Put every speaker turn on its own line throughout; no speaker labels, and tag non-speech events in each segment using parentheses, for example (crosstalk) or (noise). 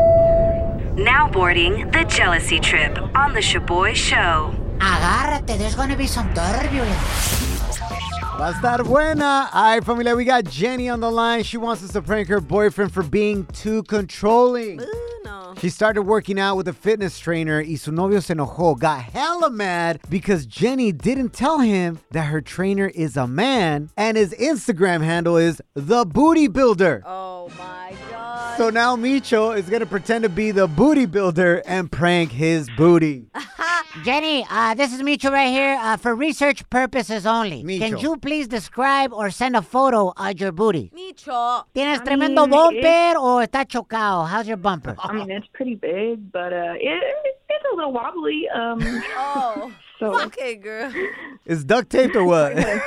Now boarding the jealousy trip on the Shaboy Show.
Agárrate, there's gonna be some turbulence.
Va a estar buena. All right, familia, we got Jenny on the line. She wants us to prank her boyfriend for being too controlling.
Ooh, no.
She started working out with a fitness trainer y su novio se enojó, got hella mad because Jenny didn't tell him that her trainer is a man and his Instagram handle is The Booty Builder.
Oh my god.
So now Micho is going to pretend to be the booty builder and prank his booty.
Jenny, uh, this is Micho right here uh, for research purposes only.
Micho.
Can you please describe or send a photo of your booty?
Micho.
¿Tienes
I
tremendo
mean,
bumper o está chocado? How's your (laughs) bumper?
I mean, it's pretty big, but uh, it, it's a little wobbly. Um,
(laughs) Oh.
so
Okay, girl.
Is duct taped or what? (laughs)
(laughs)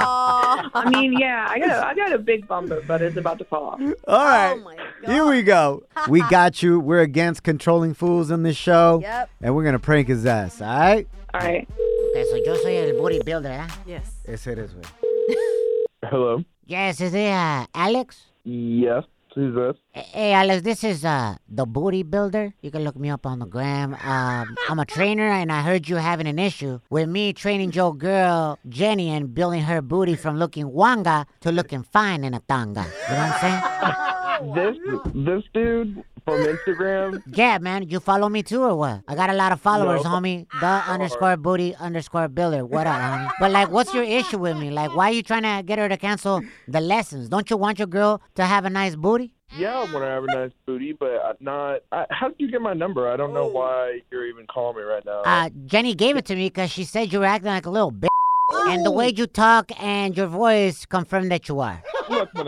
Oh.
I mean, yeah, I got a, I got a big bumper, but it's about to fall off.
All right.
Oh my
Here we go.
(laughs)
We got you. We're against controlling fools on this show.
Yep.
And we're going to prank his ass, all right?
All right,
Okay, so yo soy el booty builder, ¿verdad?
Yes.
Ese eres, güey.
Hello.
Yes, is it uh, Alex?
Yes, who's this?
Hey, Alex, this is uh, the booty builder. You can look me up on the gram. Um, I'm a trainer, and I heard you having an issue with me training your girl, Jenny, and building her booty from looking wanga to looking fine in a tanga. You know what I'm saying?
(laughs) This this dude from Instagram.
Yeah, man. You follow me too, or what? I got a lot of followers,
No.
homie. The underscore booty underscore builder. What up, homie? But, like, what's your issue with me? Like, why are you trying to get her to cancel the lessons? Don't you want your girl to have a nice booty?
Yeah, I want to have a nice booty, but I'm not. I, how did you get my number? I don't know why you're even calling me right now.
Uh, Jenny gave it to me because she said you were acting like a little bitch. And the
Oh.
way you talk and your voice confirm that you are.
Look, mother-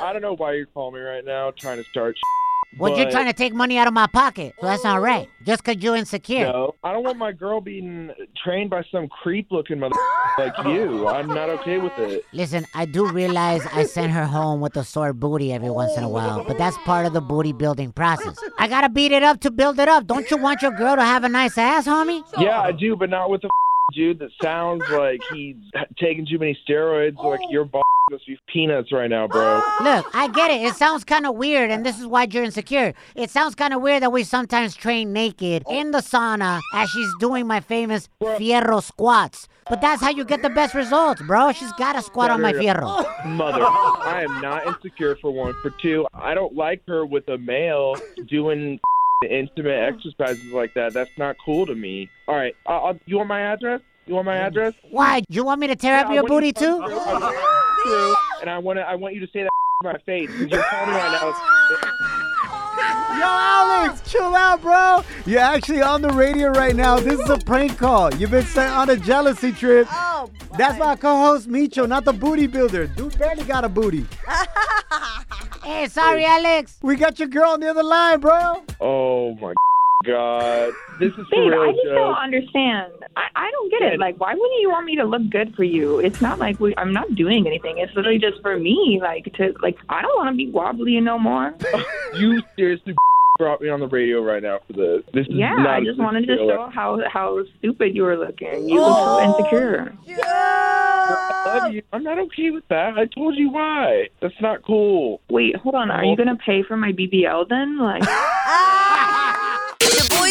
I don't know why you're calling me right now, trying to start. shit,
What, you're
but
trying to take money out of my pocket. So that's not right. Just because you're insecure.
No, I don't want my girl being trained by some creep-looking mother like you. I'm not okay with it.
Listen, I do realize I send her home with a sore booty every once in a while, but that's part of the booty building process. I gotta beat it up to build it up. Don't you want your girl to have a nice ass, homie?
Yeah, I do, but not with a (laughs) dude that sounds like he's taking too many steroids. Like your (laughs) balls must be peanuts right now, bro.
Look, I get it. It sounds kind of weird, and this is why you're insecure. It sounds kind of weird that we sometimes train naked
Oh.
in the sauna as she's doing my famous fierro squats. But that's how you get the best results, bro. She's got to squat on my fierro.
Mother, I am not insecure for one. For two, I don't like her with a male doing (laughs) intimate exercises like that. That's not cool to me. All right, uh, uh, you want my address? You want my address?
Why? You want me to tear
Yeah,
up
I
Mm. your
want
booty
you to-
too?
I want you to- And I want to, I want you to say that (laughs) to my face. 'cause You're calling me right now.
Yo, Alex, chill out, bro. You're actually on the radio right now. This is a prank call. You've been sent on a jealousy trip.
Oh.
That's my co-host Micho, not the booty builder. Dude barely got a booty.
Uh,
Hey, sorry, Alex.
We got your girl on the other line, bro.
Oh my god, this is for
babe, I
real,
just don't
Joe.
understand. I, I don't get it. Like, why wouldn't you want me to look good for you? It's not like we, I'm not doing anything. It's literally just for me. Like, to like, I don't want to be wobbly no more.
You seriously (laughs) brought me on the radio right now for this. This is
Yeah,
not
I
a
just wanted to
serious-
show how how stupid you were looking. You look so insecure.
I love you. I'm not okay with that. I told you why. That's not cool.
Wait, hold on. Are you gonna pay for my BBL then? Like.
The boy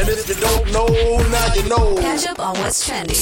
And if you don't know, now you know.
Catch up on what's trending.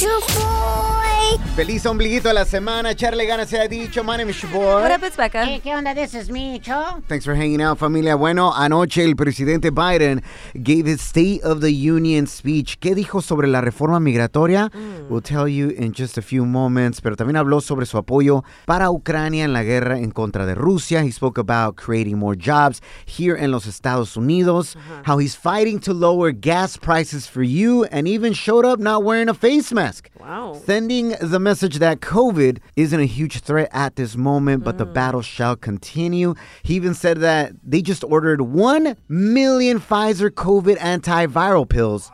Feliz ombliguito de la semana. Echarle ganas se ha dicho. My name is Shabor.
What up? It's Becca.
Hey, ¿qué onda? This is me, Cho.
Thanks for hanging out, familia. Bueno, anoche el presidente Biden gave his State of the Union speech. ¿Qué dijo sobre la reforma migratoria? We'll tell you in just a few moments. Pero también habló sobre su apoyo para Ucrania en la guerra en contra de Rusia. He spoke about creating more jobs here en los Estados Unidos. years,
Uh-huh.
how he's fighting to lower gas prices for you, and even showed up not wearing a face mask.
Wow.
Sending the message that COVID isn't a huge threat at this moment,
Mm.
but the battle shall continue. He even said that they just ordered 1 million Pfizer COVID antiviral pills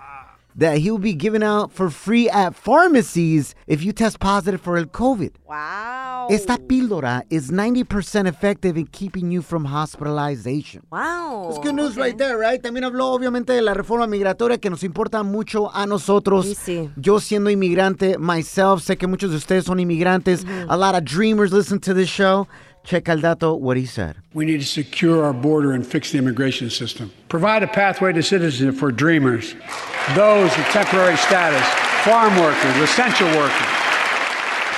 that he will be giving out for free at pharmacies if you test positive for COVID.
Wow.
Esta píldora is 90% effective in keeping you from hospitalization.
wow.
It's good news right there, right? También habló obviamente de la reforma migratoria que nos importa mucho a nosotros.
Sí, sí.
Yo siendo inmigrante myself, sé que muchos de ustedes son inmigrantes. A lot of dreamers listen to this show. Checa el dato what he said.
We need to secure our border and fix the immigration system. Provide a pathway to citizenship for dreamers, those with temporary status, farm workers, essential workers.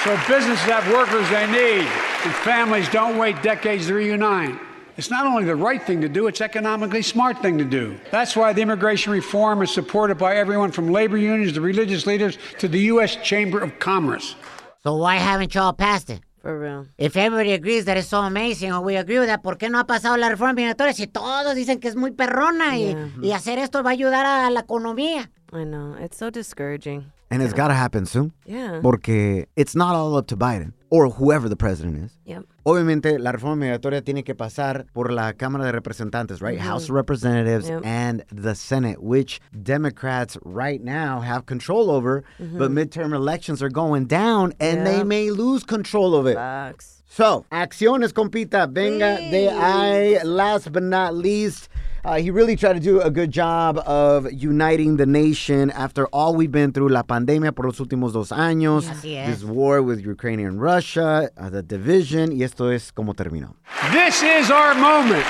So businesses have workers they need, and families don't wait decades to reunite. It's not only the right thing to do, it's economically smart thing to do. That's why the immigration reform is supported by everyone from labor unions to religious leaders to the U.S. Chamber of Commerce.
So why haven't y'all passed it?
For real.
If everybody agrees that it's so amazing or we agree with that, ¿por qué no ha pasado la reforma migratoria si todos dicen que es muy perrona y, y hacer esto va a ayudar a la economía?
I know. It's so discouraging.
And it's gotta happen soon.
Yeah.
Porque it's not all up to Biden or whoever the president is.
Yep.
Obviamente, la reforma migratoria tiene que pasar por la Cámara de Representantes, right? House of Representatives
Mm-hmm. Yep.
and the Senate, which Democrats right now have control over, but midterm elections are going down and they
Mm-hmm. Yep.
may lose control of it.
Sucks.
So, acciones, compita. Venga de ahí. Last but not least, uh, he really tried to do a good job of uniting the nation after all we've been through, la pandemia por los últimos dos años,
Así es.
this war with Ukraine and Russia, uh, the division, y esto es como terminó.
This is our moment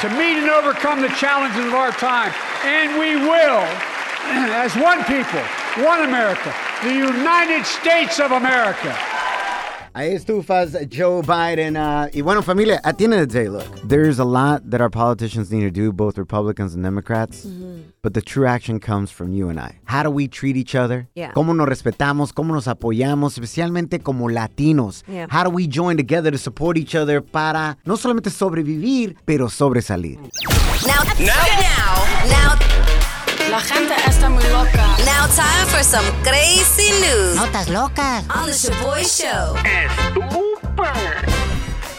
to meet and overcome the challenges of our time. And we will, (clears throat) as one people, one America, the United States of America.
Ahí estufas Joe Biden. Uh, y bueno, familia, at the end of the day, look, there's a lot that our politicians need to do, both Republicans and Democrats,
Mm-hmm.
but the true action comes from you and I. How do we treat each other?
Yeah.
Cómo nos respetamos, cómo nos apoyamos, especialmente como latinos.
Yeah.
How do we join together to support each other para no solamente sobrevivir, pero sobresalir?
Now, now, now,
La gente está muy loca.
now, time for some crazy news
Notas locas.
on the Shaboy Show.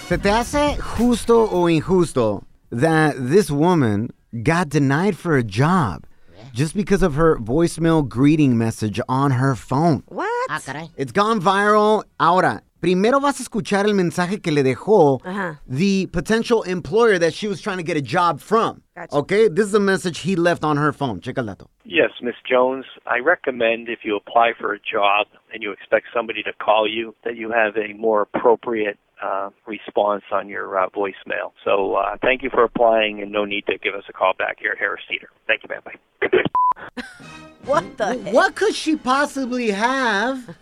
¿Se te hace justo o injusto that this woman got denied for a job just because of her voicemail greeting message on her phone?
What?
Ah, caray.
It's gone viral. Ahora, primero vas a escuchar el mensaje que le dejó
Ajá.
the potential employer that she was trying to get a job from. Okay, this is a message he left on her phone. Checa el dato.
Yes, Miss Jones, I recommend if you apply for a job and you expect somebody to call you, that you have a more appropriate uh, response on your uh, voicemail. So uh, thank you for applying and no need to give us a call back here at Harris Theater. Thank you, ma'am. Bye.
What the heck?
What could she possibly
(laughs)
have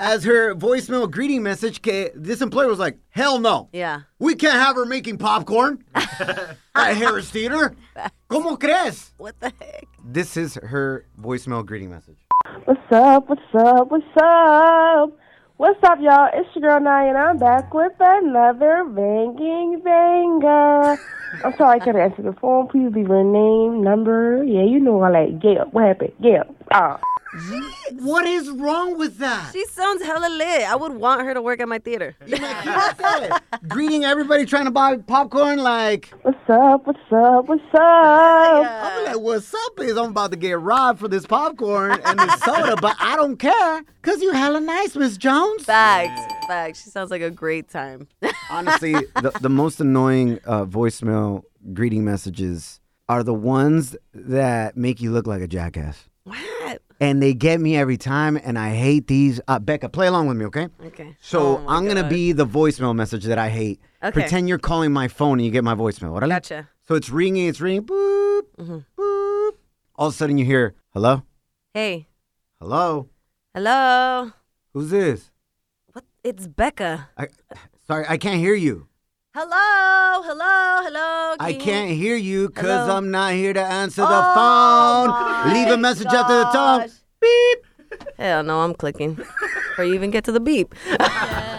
as her voicemail greeting message? Que this employer was like, hell no.
Yeah.
We can't have her making popcorn at Harris Theater. ¿Cómo crees?
What the heck?
This is her voicemail greeting message.
What's up? What's up? What's up? What's up, y'all? It's your girl Nye, and I'm back with another banging banger. I'm sorry I couldn't answer the phone. Please leave your name, number. Yeah, you know I like. Yeah, what happened? Yeah. Ah.
What is wrong with that?
She sounds hella lit. I would want her to work at my theater.
Greeting everybody trying to buy popcorn like,
What's up? What's up? What's up?
I'm like, what's up is I'm about to get robbed for this popcorn and this soda, but I don't care because you hella nice, Miss Jones.
(laughs) Facts. Facts. She sounds like a great time.
(laughs) Honestly, the, the most annoying uh, voicemail greeting messages are the ones that make you look like a jackass.
what?
And they get me every time, and I hate these. Uh, Becca, play along with me, okay?
Okay.
So
Oh my
I'm going to
God.
be the voicemail message that I hate.
Okay.
Pretend you're calling my phone and you get my voicemail. Órale.
Gotcha. Mm-hmm.
So it's ringing, it's ringing, boop, boop. All of a sudden you hear, hello,
Hey.
hello,
Hello.
who's this?
What? It's Becca.
I, sorry, I can't hear you.
Hello. Hello. Hello.
I
Can you-
can't hear you because
Hello?
I'm not here to answer the
Oh
phone. Leave a
my
message after the tone.
gosh.
Beep.
Hell no, I'm
(laughs)
clicking. Before you even get to the beep. (laughs)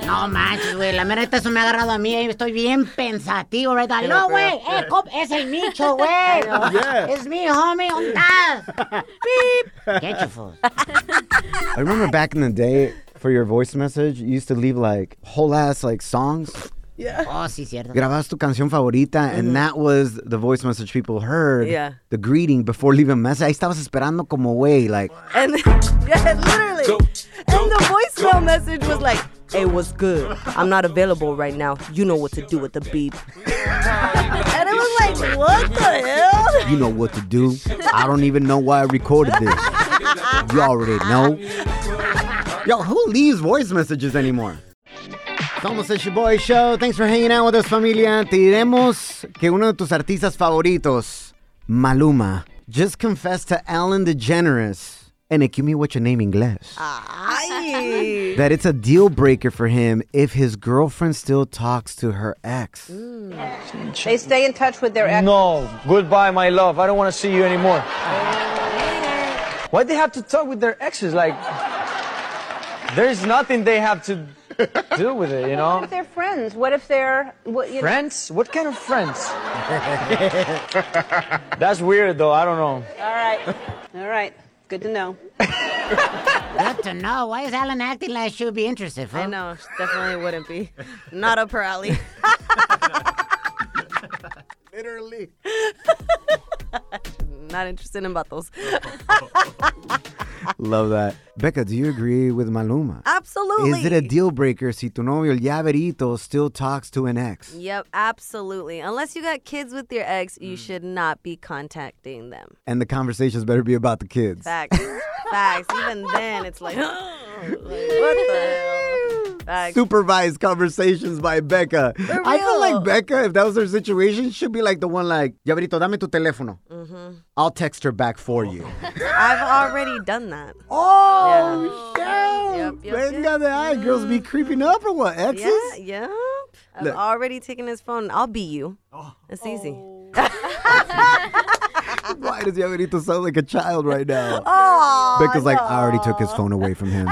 No manches, güey. La mera, neta, eso me ha agarrado a mí. eh, Estoy bien pensativo, ¿verdad?
Pero,
No,
pero,
güey. eh, cop- es el Micho, güey.
Yeah.
Es mi homie. ¿Dónde estás? Beep. Get you, fool.
I remember back in the day for your voice message, you used to leave like whole ass like songs.
Oh, sí, cierto.
Grabas tu canción favorita, and that was the voice message people heard.
Yeah.
The greeting before leaving a message. Ahí estabas esperando como way, like,
And (laughs) yeah, literally. and the voicemail message was like, "Hey, what's good? I'm not available right now. You know what to do with the beep." (laughs) and it was like, "What the hell?"
you know what to do. I don't even know why I recorded this. You already know. Yo, who leaves voice messages anymore? It's almost it's your boy show. Thanks for hanging out with us, familia. Te diremos que uno de tus artistas favoritos, Maluma, just confessed to Ellen DeGeneres and it give me what your name inglés.
Ay.
That it's a deal breaker for him if his girlfriend still talks to her ex.
They stay in touch with their ex. No, Oh, goodbye, my love. I don't want to see you anymore. Why they have to talk with their exes? Like, there's nothing they have to do with it, you
What
know.
if they're friends? What if they're what, you
Friends? What kind of friends? That's weird, though. I don't know.
Know? All right, all right. Good to know.
Good to know. Why is Alan acting like she would be interested, fool?
I know. She definitely wouldn't be. Not up her alley.
Literally.
(laughs) Not interested in battles.
Love that. Becca, do you agree with Maluma?
Absolutely.
Is it a deal breaker si tu novio, el llaverito, still talks to an ex?
Yep, absolutely. Unless you got kids with your ex, you
Mm.
should not be contacting them.
And the conversations better be about the kids.
Facts. (laughs) Facts. Even then,
(gasps)
it's like, like, what the hell? Facts.
Supervised conversations by Becca.
For
I feel
real.
like Becca, if that was her situation, should be like the one like, Llaverito, dame tu teléfono.
hmm
I'll text her back for
(laughs)
you.
I've already done that.
Oh,
Yep, yep, Mm-hmm.
Venga de ahí, girls be creeping up or what, exes?
Yeah, yep. I've
Look. Oh.
already taken his phone. I'll be you. It's easy.
Why does Llaverito sound like a child right now?
(laughs) Oh,
Becca's like, I already took his phone away from him.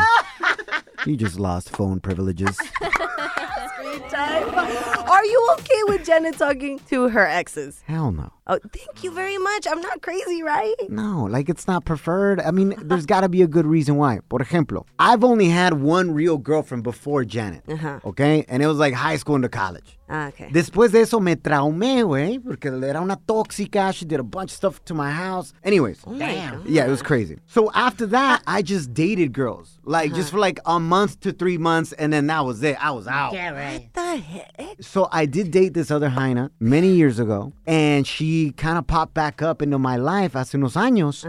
(laughs)
he just lost phone privileges.
Screen time. (laughs) Are you okay with Jenna talking to her exes?
Hell no.
Oh, thank you very much. I'm not crazy, right?
No, like it's not preferred. I mean, there's got to be a good reason why. Por ejemplo, I've only had one real girlfriend before Janet,
Uh-huh.
okay? And it was like high school into college.
Ah, okay.
Después de eso me traumé, güey, porque era una tóxica. She did a bunch of stuff to my house. Anyways.
Damn.
Yeah, it was crazy. So after that, I just dated girls, like just for like a month to three months, and then that was it. I was out.
Yeah, right.
The heck?
So I did date this other Jaina many years ago, and she kind of popped back up into my life hace unos años.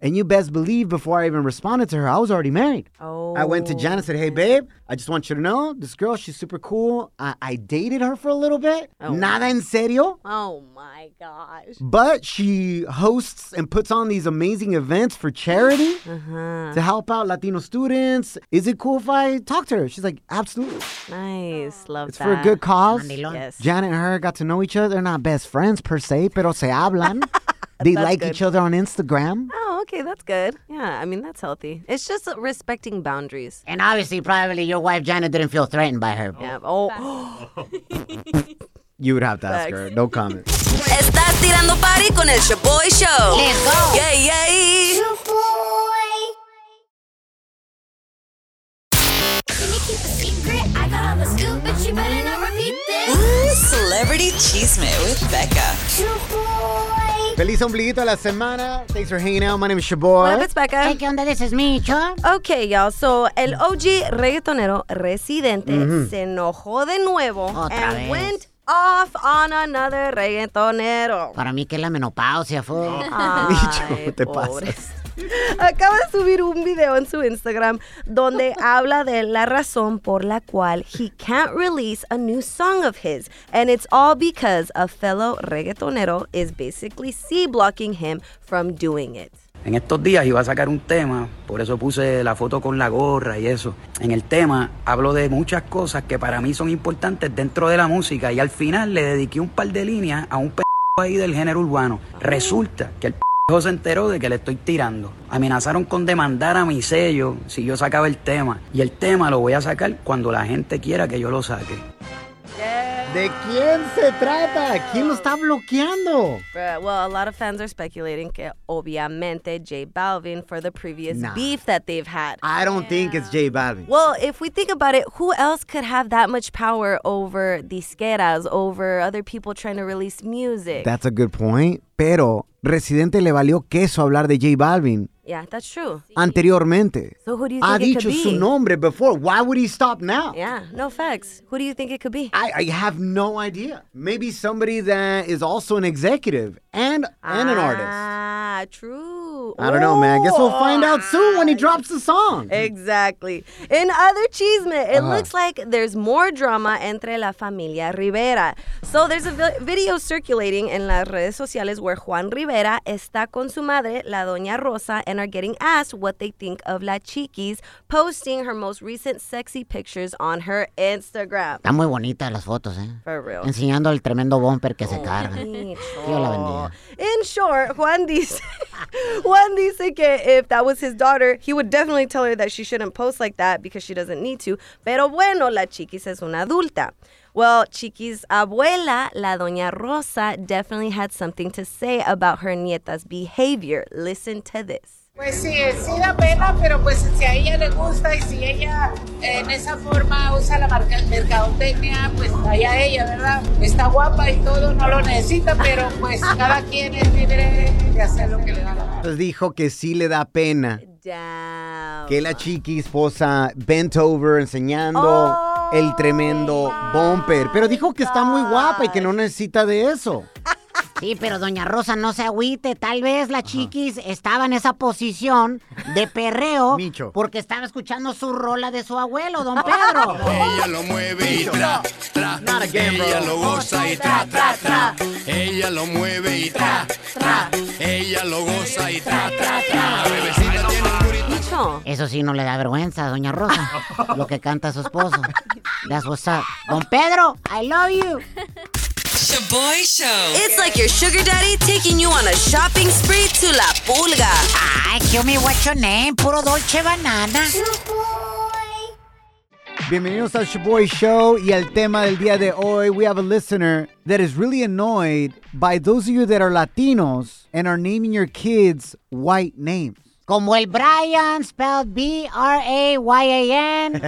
And you best believe, before I even responded to her, I was already married.
Oh.
I went to Jan and said, "Hey, babe, I just want you to know this girl. She's super cool. I, I dated her for a little bit. Nada en serio."
Oh my gosh.
But she hosts and puts on these amazing events for charity
(gasps) Uh-huh.
to help out Latino students. Is it cool if I talk to her? She's like, absolutely.
Nice. Love
It's
that.
for a good cause.
Mandilón. Yes.
Janet and her got to know each other. They're not best friends per se, pero se
(laughs)
hablan. they
That's
like
good.
each other on Instagram.
Oh, okay. That's good. Yeah. I mean, that's healthy. It's just respecting boundaries.
And obviously, probably your wife Janet didn't feel threatened by her.
Yeah. Oh.
You would have to
(gasps)
ask her. No comment.
Estás tirando party con el Shaboy Show.
Let's go.
Yay, yay. Ooh, Celebrity Chisme with Becca.
Feliz ombliguito de la semana. Thanks for hanging out. My name is
What
Shaboy.
up, it's Becca.
Hey, ¿qué onda? This is me, Cho.
Okay, y'all. So, el OG reggaetonero residente
Ujú.
se enojó de nuevo
Mm-hmm. Otra
and
vez.
went off on another reggaetonero.
Para mí que es la menopausia, fool.
Ay,
¿Qué te pasas?
(laughs) Acaba de subir un video en su Instagram
(laughs)
donde habla de la razón por la cual he can't release a new song of his. And it's all because a fellow reggaetonero is basically C-blocking him from doing it.
En estos días iba a sacar un tema, por eso puse la foto con la gorra y eso. En el tema hablo de muchas cosas que para mí son importantes dentro de la música y al final le dediqué un par de líneas a un p ahí del género urbano. Resulta que el p hijo se enteró de que le estoy tirando. Amenazaron con demandar a mi sello si yo sacaba el tema. Y el tema lo voy a sacar cuando la gente quiera que yo lo saque.
¿De quién se trata? ¿Quién lo está bloqueando?
Bruh, well, a lot of fans are speculating que obviamente J Balvin for the previous
Nah.
beef that they've had.
I don't think it's J Balvin.
Well, if we think about it, who else could have that much power over disqueras, over other people trying to release music?
That's a good point. Pero Residente le valió queso hablar de J Balvin
yeah, that's true.
anteriormente.
So who do you think
Ha
it could
dicho
be?
su nombre before. Why would he stop now?
Yeah, no facts. Who do you think it could be?
I, I have no idea. Maybe somebody that is also an executive and and an artist.
Ah, true.
I don't know, man. Guess we'll
Ooh.
find out soon when he drops the song.
Ah. Exactly. In other chisme, it
Ajá.
looks like there's more drama entre la familia Rivera. So there's a vi- video circulating in las redes sociales where Juan Rivera está con su madre, la doña Rosa, and are getting asked what they think of la chiquis posting her most recent sexy pictures on her Instagram.
Están muy bonitas las fotos, ¿eh?
For real.
Enseñando el tremendo bumper que se carga.
Sí,
Dios la bendiga.
In short, Juan dice, (laughs) Juan dice que if that was his daughter, he would definitely tell her that she shouldn't post like that because she doesn't need to. Pero bueno, la Chiquis es una adulta. Well, Chiquis' abuela, la doña Rosa, definitely had something to say about her nieta's behavior. Listen to this.
Pues sí, sí da pena, pero pues si a ella le gusta y si ella eh, en esa forma usa la marca, mercadotecnia, pues allá ella, ¿verdad? Está guapa y todo, no lo necesita, pero pues cada quien es libre de hacer lo que le da la gana.
Pues dijo que sí le da pena que la chiqui esposa bent over enseñando el tremendo bumper. Pero dijo que está muy guapa y que no necesita de eso.
Sí, pero doña Rosa no se agüite. Tal vez la chiquis estaba en esa posición de perreo
Micho.
porque estaba escuchando su rola de su abuelo, don Pedro.
(laughs)
Ella lo mueve y tra, tra. Ella lo goza y tra, tra, tra. Ella lo mueve y tra, tra. Ella lo goza y tra, tra, tra. La bebecita tiene un curito.
Eso sí no le da vergüenza a doña Rosa, lo que canta su esposo. That's what's up. Don Pedro, I love you.
Shaboy Show. It's like your sugar daddy taking you on a shopping spree to La Pulga.
Ay, kill me what's your name, puro dolce banana.
Bienvenidos al Shaboy Show y al tema del día de hoy. We have a listener that is really annoyed by those of you that are Latinos and are naming your kids white names.
Como el Brian, spelled (laughs) B-R-A-Y-A-N.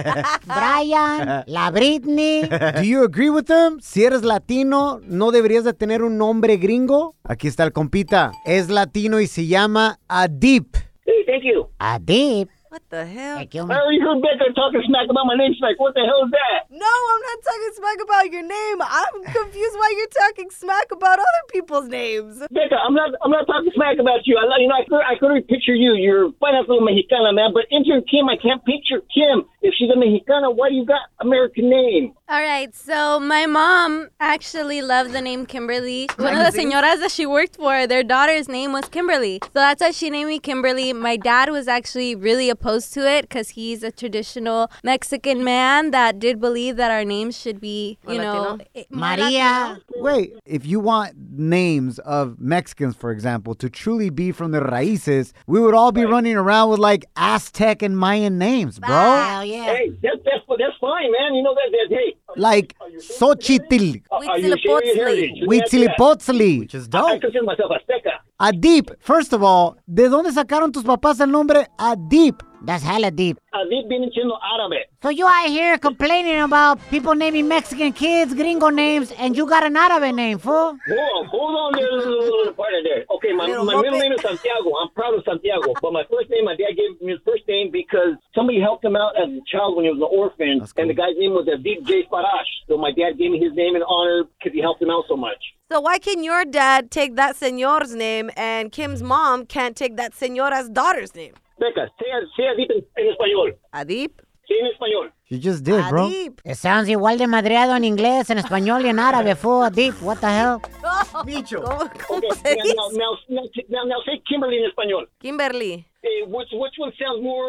Brian, la Britney.
Do you agree with them? Si eres latino, ¿no deberías de tener un nombre gringo? Aquí está el compita. Es latino y se llama Adip.
(laughs) Hey, thank you.
Adip.
What the hell?
I already heard Becca talking smack about my name smack. What the hell is that?
No, I'm not talking smack about your name. I'm confused why you're talking smack about other people's names.
Becca, I'm not I'm not talking smack about you. I love you know I could I could already picture you. You're pineapple mexicana, man. But enter Kim, I can't picture Kim. If she's a mexicana, why do you got American name?
All right, so my mom actually loved the name Kimberly. One of the
Magazine.
señoras that she worked for, their daughter's name was Kimberly. So that's why she named me Kimberly. My dad was actually really opposed to it because he's a traditional Mexican man that did believe that our names should be, you
More
know,
Latino.
eh, more
María.
Wait, if you want names of Mexicans, for example, to truly be from the raíces, we would all be running around with like Aztec and Mayan names, bro.
Hey, that's that's that's fine, man. You know that that hey
Like Xochitl,
are- are you sharing your heritage? You can't do that.
Huitzilopochtli, which is
I
dope.
consider myself Azteca.
Adip, first of all, ¿de dónde sacaron tus papás el nombre Adip?
That's hella deep.
Adip viene siendo árabe.
So you out here complaining about people naming Mexican kids gringo names, and you got an Arabic name, fool?
Hold on, hold on there, little, little, little part of there. Okay, my,
Little
my middle
Muppet.
name is Santiago. I'm proud of Santiago. But my first name, my dad gave me his first name because somebody helped him out as a child when he was an orphan. And the guy's name was Avib J. Farash. So my dad gave me his name in honor because he helped him out so much.
So why can your dad take that señor's name and Kim's mom can't take that señora's daughter's name?
Becca, say, say Adip en, en español.
Adip?
Say en español.
(laughs)
You just did, bro.
It sounds igual de madreado en inglés, en español y en árabe, fool. Deep, what the hell?
Bicho.
Okay, now, now, now, now, now say Kimberly in español.
Kimberly.
Hey, which, which one sounds more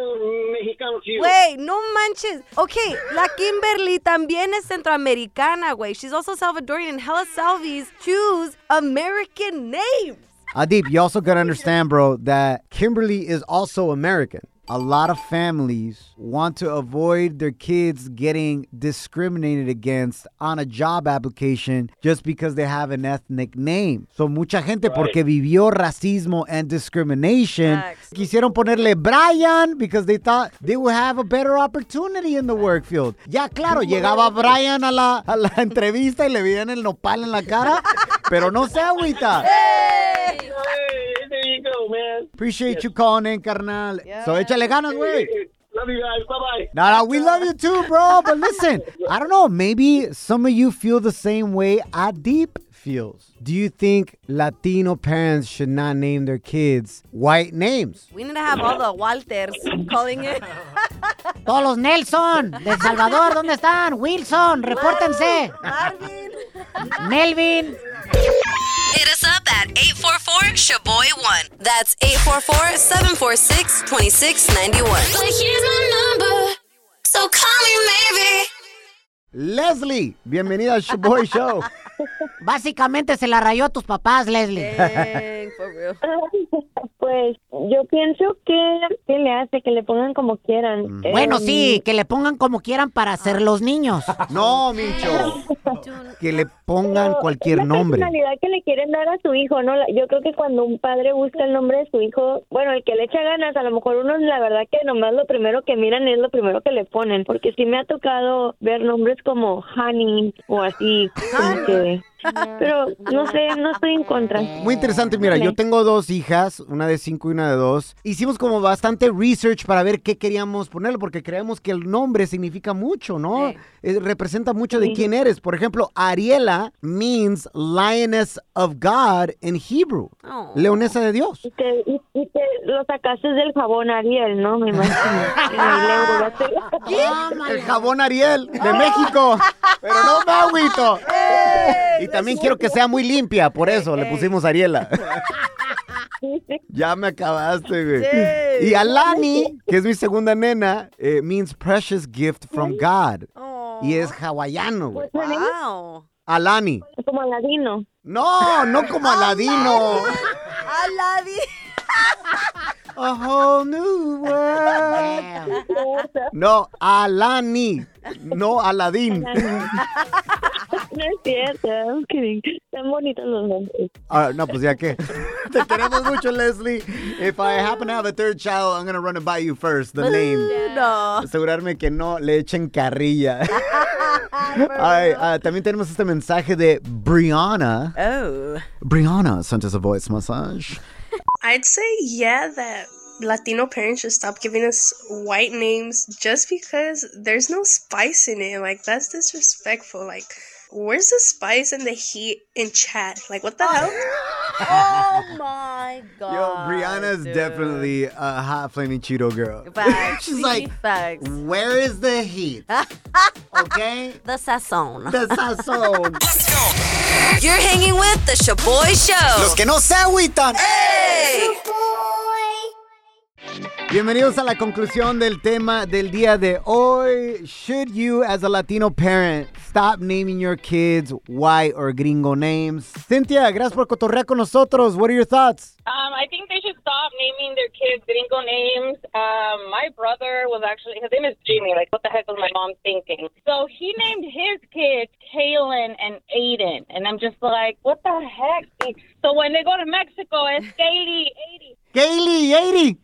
Mexicano to you?
Wait, no manches. Okay, la Kimberly también es centroamericana, güey. She's also Salvadorian and hella Salvies choose American names.
Adib, you also gotta understand, bro, that Kimberly is also American. A lot of families want to avoid their kids getting discriminated against on a job application just because they have an ethnic name. So mucha gente porque vivió racismo and discrimination quisieron ponerle Brian because they thought they would have a better opportunity in the work field. Ya claro, llegaba Brian a la, a la entrevista y le veían el nopal en la cara, pero no se agüita.
There you go, man.
Appreciate you calling in, carnal. So échale ganas, güey.
Love you guys. Bye bye.
Nah, nah, we love you too, bro. But listen, I don't know. Maybe some of you feel the same way Adip feels. Do you think Latino parents should not name their kids white names?
We need to have all the Walters calling it.
Todos los Nelson de El Salvador, ¿dónde están? Wilson, repórtense. Melvin.
Hit us up at 844 Shaboy1. That's 844 746 2691. But here's my number, so call me maybe.
Leslie, bienvenida al Shaboy Show.
Básicamente se la rayó a tus papás, Leslie.
Eh.
Pues yo pienso que, que le hace que le pongan como quieran.
Bueno,
Em,
sí, que le pongan como quieran para ser los niños.
No, Micho. Que le pongan cualquier
la
nombre.
personalidad que le quieren dar a su hijo, ¿no? La- Yo creo que cuando un padre busca el nombre de su hijo, bueno, el que le echa ganas, a lo mejor unos la verdad que nomás lo primero que miran es lo primero que le ponen, porque sí me ha tocado ver nombres como Honey o así, como que- pero no sé, no estoy en contra.
Muy interesante, mira, yo tengo dos hijas, una de cinco y una de dos. Hicimos como bastante research para ver qué queríamos ponerle, porque creemos que el nombre significa mucho, ¿no? Eh, representa mucho de quién eres. Por ejemplo, Ariela means lioness of God en Hebrew.
Oh.
Leonesa de Dios.
Y te, y, y te lo sacaste del jabón Ariel, ¿no?
(laughs)
Me imagino. Y luego ya te-
El jabón Ariel de México. Pero no me agüito. Y también quiero que sea muy limpia, por eso le pusimos Ariela. Ya me acabaste, güey.
Sí.
Y Alani, que es mi segunda nena, eh, means precious gift from God. Y es hawaiano, güey.
Pues, Wow.
Alani.
Como Aladino.
No, no como Aladino.
Aladi.
A whole new world. No, Alani. No, Aladín.
No es cierto, I'm kidding. Están bonitos los nombres.
Ah, no, pues ya qué. Te queremos mucho, Leslie. If I happen to have a third child, I'm going to run it by you first, the name.
Pues No.
Asegurarme que no le echen
(laughs)
carrilla. Ay, ah, también tenemos este mensaje de Brianna.
Oh.
Brianna sent us a voice massage.
I'd say, yeah, that Latino parents should stop giving us white names just because there's no spice in it. Like, that's disrespectful. Like, where's the spice and the heat in chat? Like, what the hell?
Oh my god.
Yo, Brianna's definitely a hot flaming Cheeto girl. (laughs)
Facts.
She's like,
facts.
Where is the (laughs) heat? okay?
The sazón.
The sazón.
You're hanging with the Shaboy Show.
Los (laughs) que no se agüitan.
Hey!
Bienvenidos a la conclusión del tema del día de hoy. Should you, as a Latino parent, stop naming your kids white or gringo names? Cynthia, gracias por cotorrear con nosotros. What are your thoughts?
Um, I think they should stop naming their kids gringo names. Um, my brother was actually, his name is Jimmy. Like, what the heck was my mom thinking? So he named his kids Kaylin and Aiden. And I'm just like, what the heck? So when they go to Mexico, it's Kaylee, Aiden.
Kaylee, 80.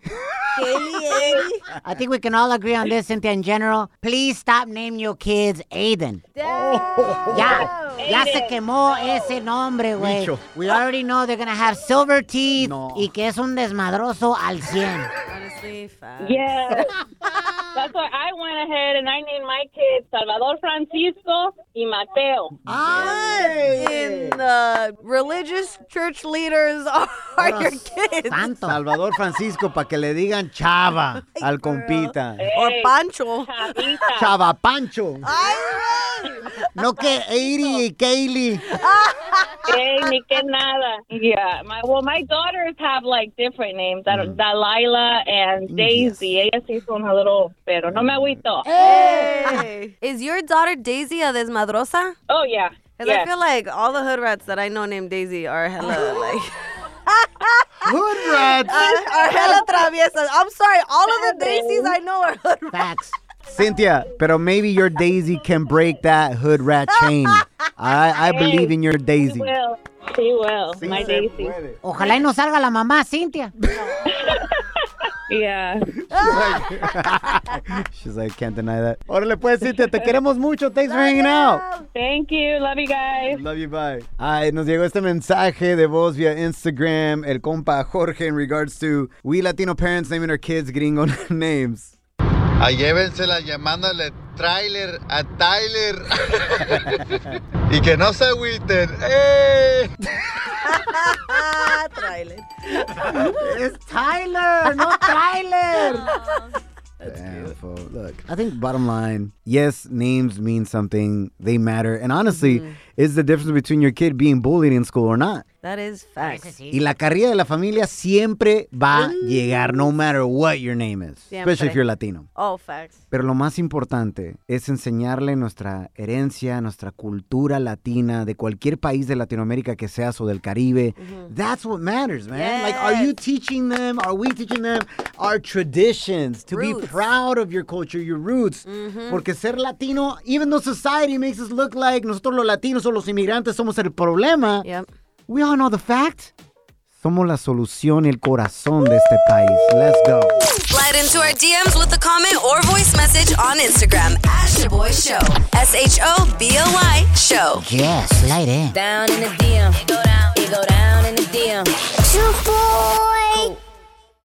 I think we can all agree on this, Cynthia, in general. Please stop naming your kids Aiden. Oh. Ya, ya se quemó ese nombre, güey.
Micho.
We already know they're gonna have silver teeth y que es un desmadroso al 100.
Honestly, facts.
Yeah. That's why I went ahead and I named my kids Salvador Francisco y Mateo.
In the religious church leaders are your kids.
Salvador Francisco, para que le digan chava al compita.
Or Pancho.
(laughs) Chava Pancho. No que 80 y Kaylee.
Hey, ni que nada. Yeah. My, well, my daughters have like different names. I don't- Dalila and Daisy. Ellas sí son a little, pero no me agüito.
Eh.
Is your daughter Daisy a desmadrosa?
Oh yeah.
Because I
Yeah.
(laughs) feel like all the hood rats that I know named Daisy are hella like.
Hood rats.
Uh, (laughs) are hella traviesas. I'm sorry, all of the daisies I know are hood rats.
Cynthia, pero maybe your Daisy can break that hood rat chain. I, I believe in your Daisy.
Well, sí, well, my Daisy.
Ojalá y no salga la mamá, Cintia.
Yeah.
(laughs) She's like, can't deny that. Órale pues, Cynthia, te queremos mucho. Thanks for hanging out.
Thank you. Love you
(laughs)
guys.
Love you, bye. Ay, nos llegó este mensaje de voz vía Instagram, el compa Jorge, in regards to we Latino parents naming our kids gringo (laughs) names.
A Ah, llévensela llamándole trailer a
(laughs)
Tyler. y que no se agüiten. ¡Eh!
Trailer.
It's Tyler, no Tyler.
Damn, fool. Look, I think bottom line, yes, names mean something. They matter. And honestly, it's the difference between your kid being bullied in school or not.
That is facts.
Y la carrera de la familia siempre va a llegar, no matter what your name is. Especially if you're Latino.
Oh, facts.
Pero lo más importante es enseñarle nuestra herencia, nuestra cultura latina de cualquier país de Latinoamérica que seas o del Caribe. That's what matters, man. Like, are you teaching them? Are we teaching them our traditions? To be proud of your culture, your roots. Porque ser latino, even though society makes us look like nosotros los latinos o los inmigrantes somos el problema. We all know the fact. Somos la solución, el corazón de este país. Let's go.
Slide into our DMs with a comment or voice message on Instagram at Shaboy Show. S H O B O Y Show.
Yes, light in.
Down in the DM. It go down. It go down in the DM.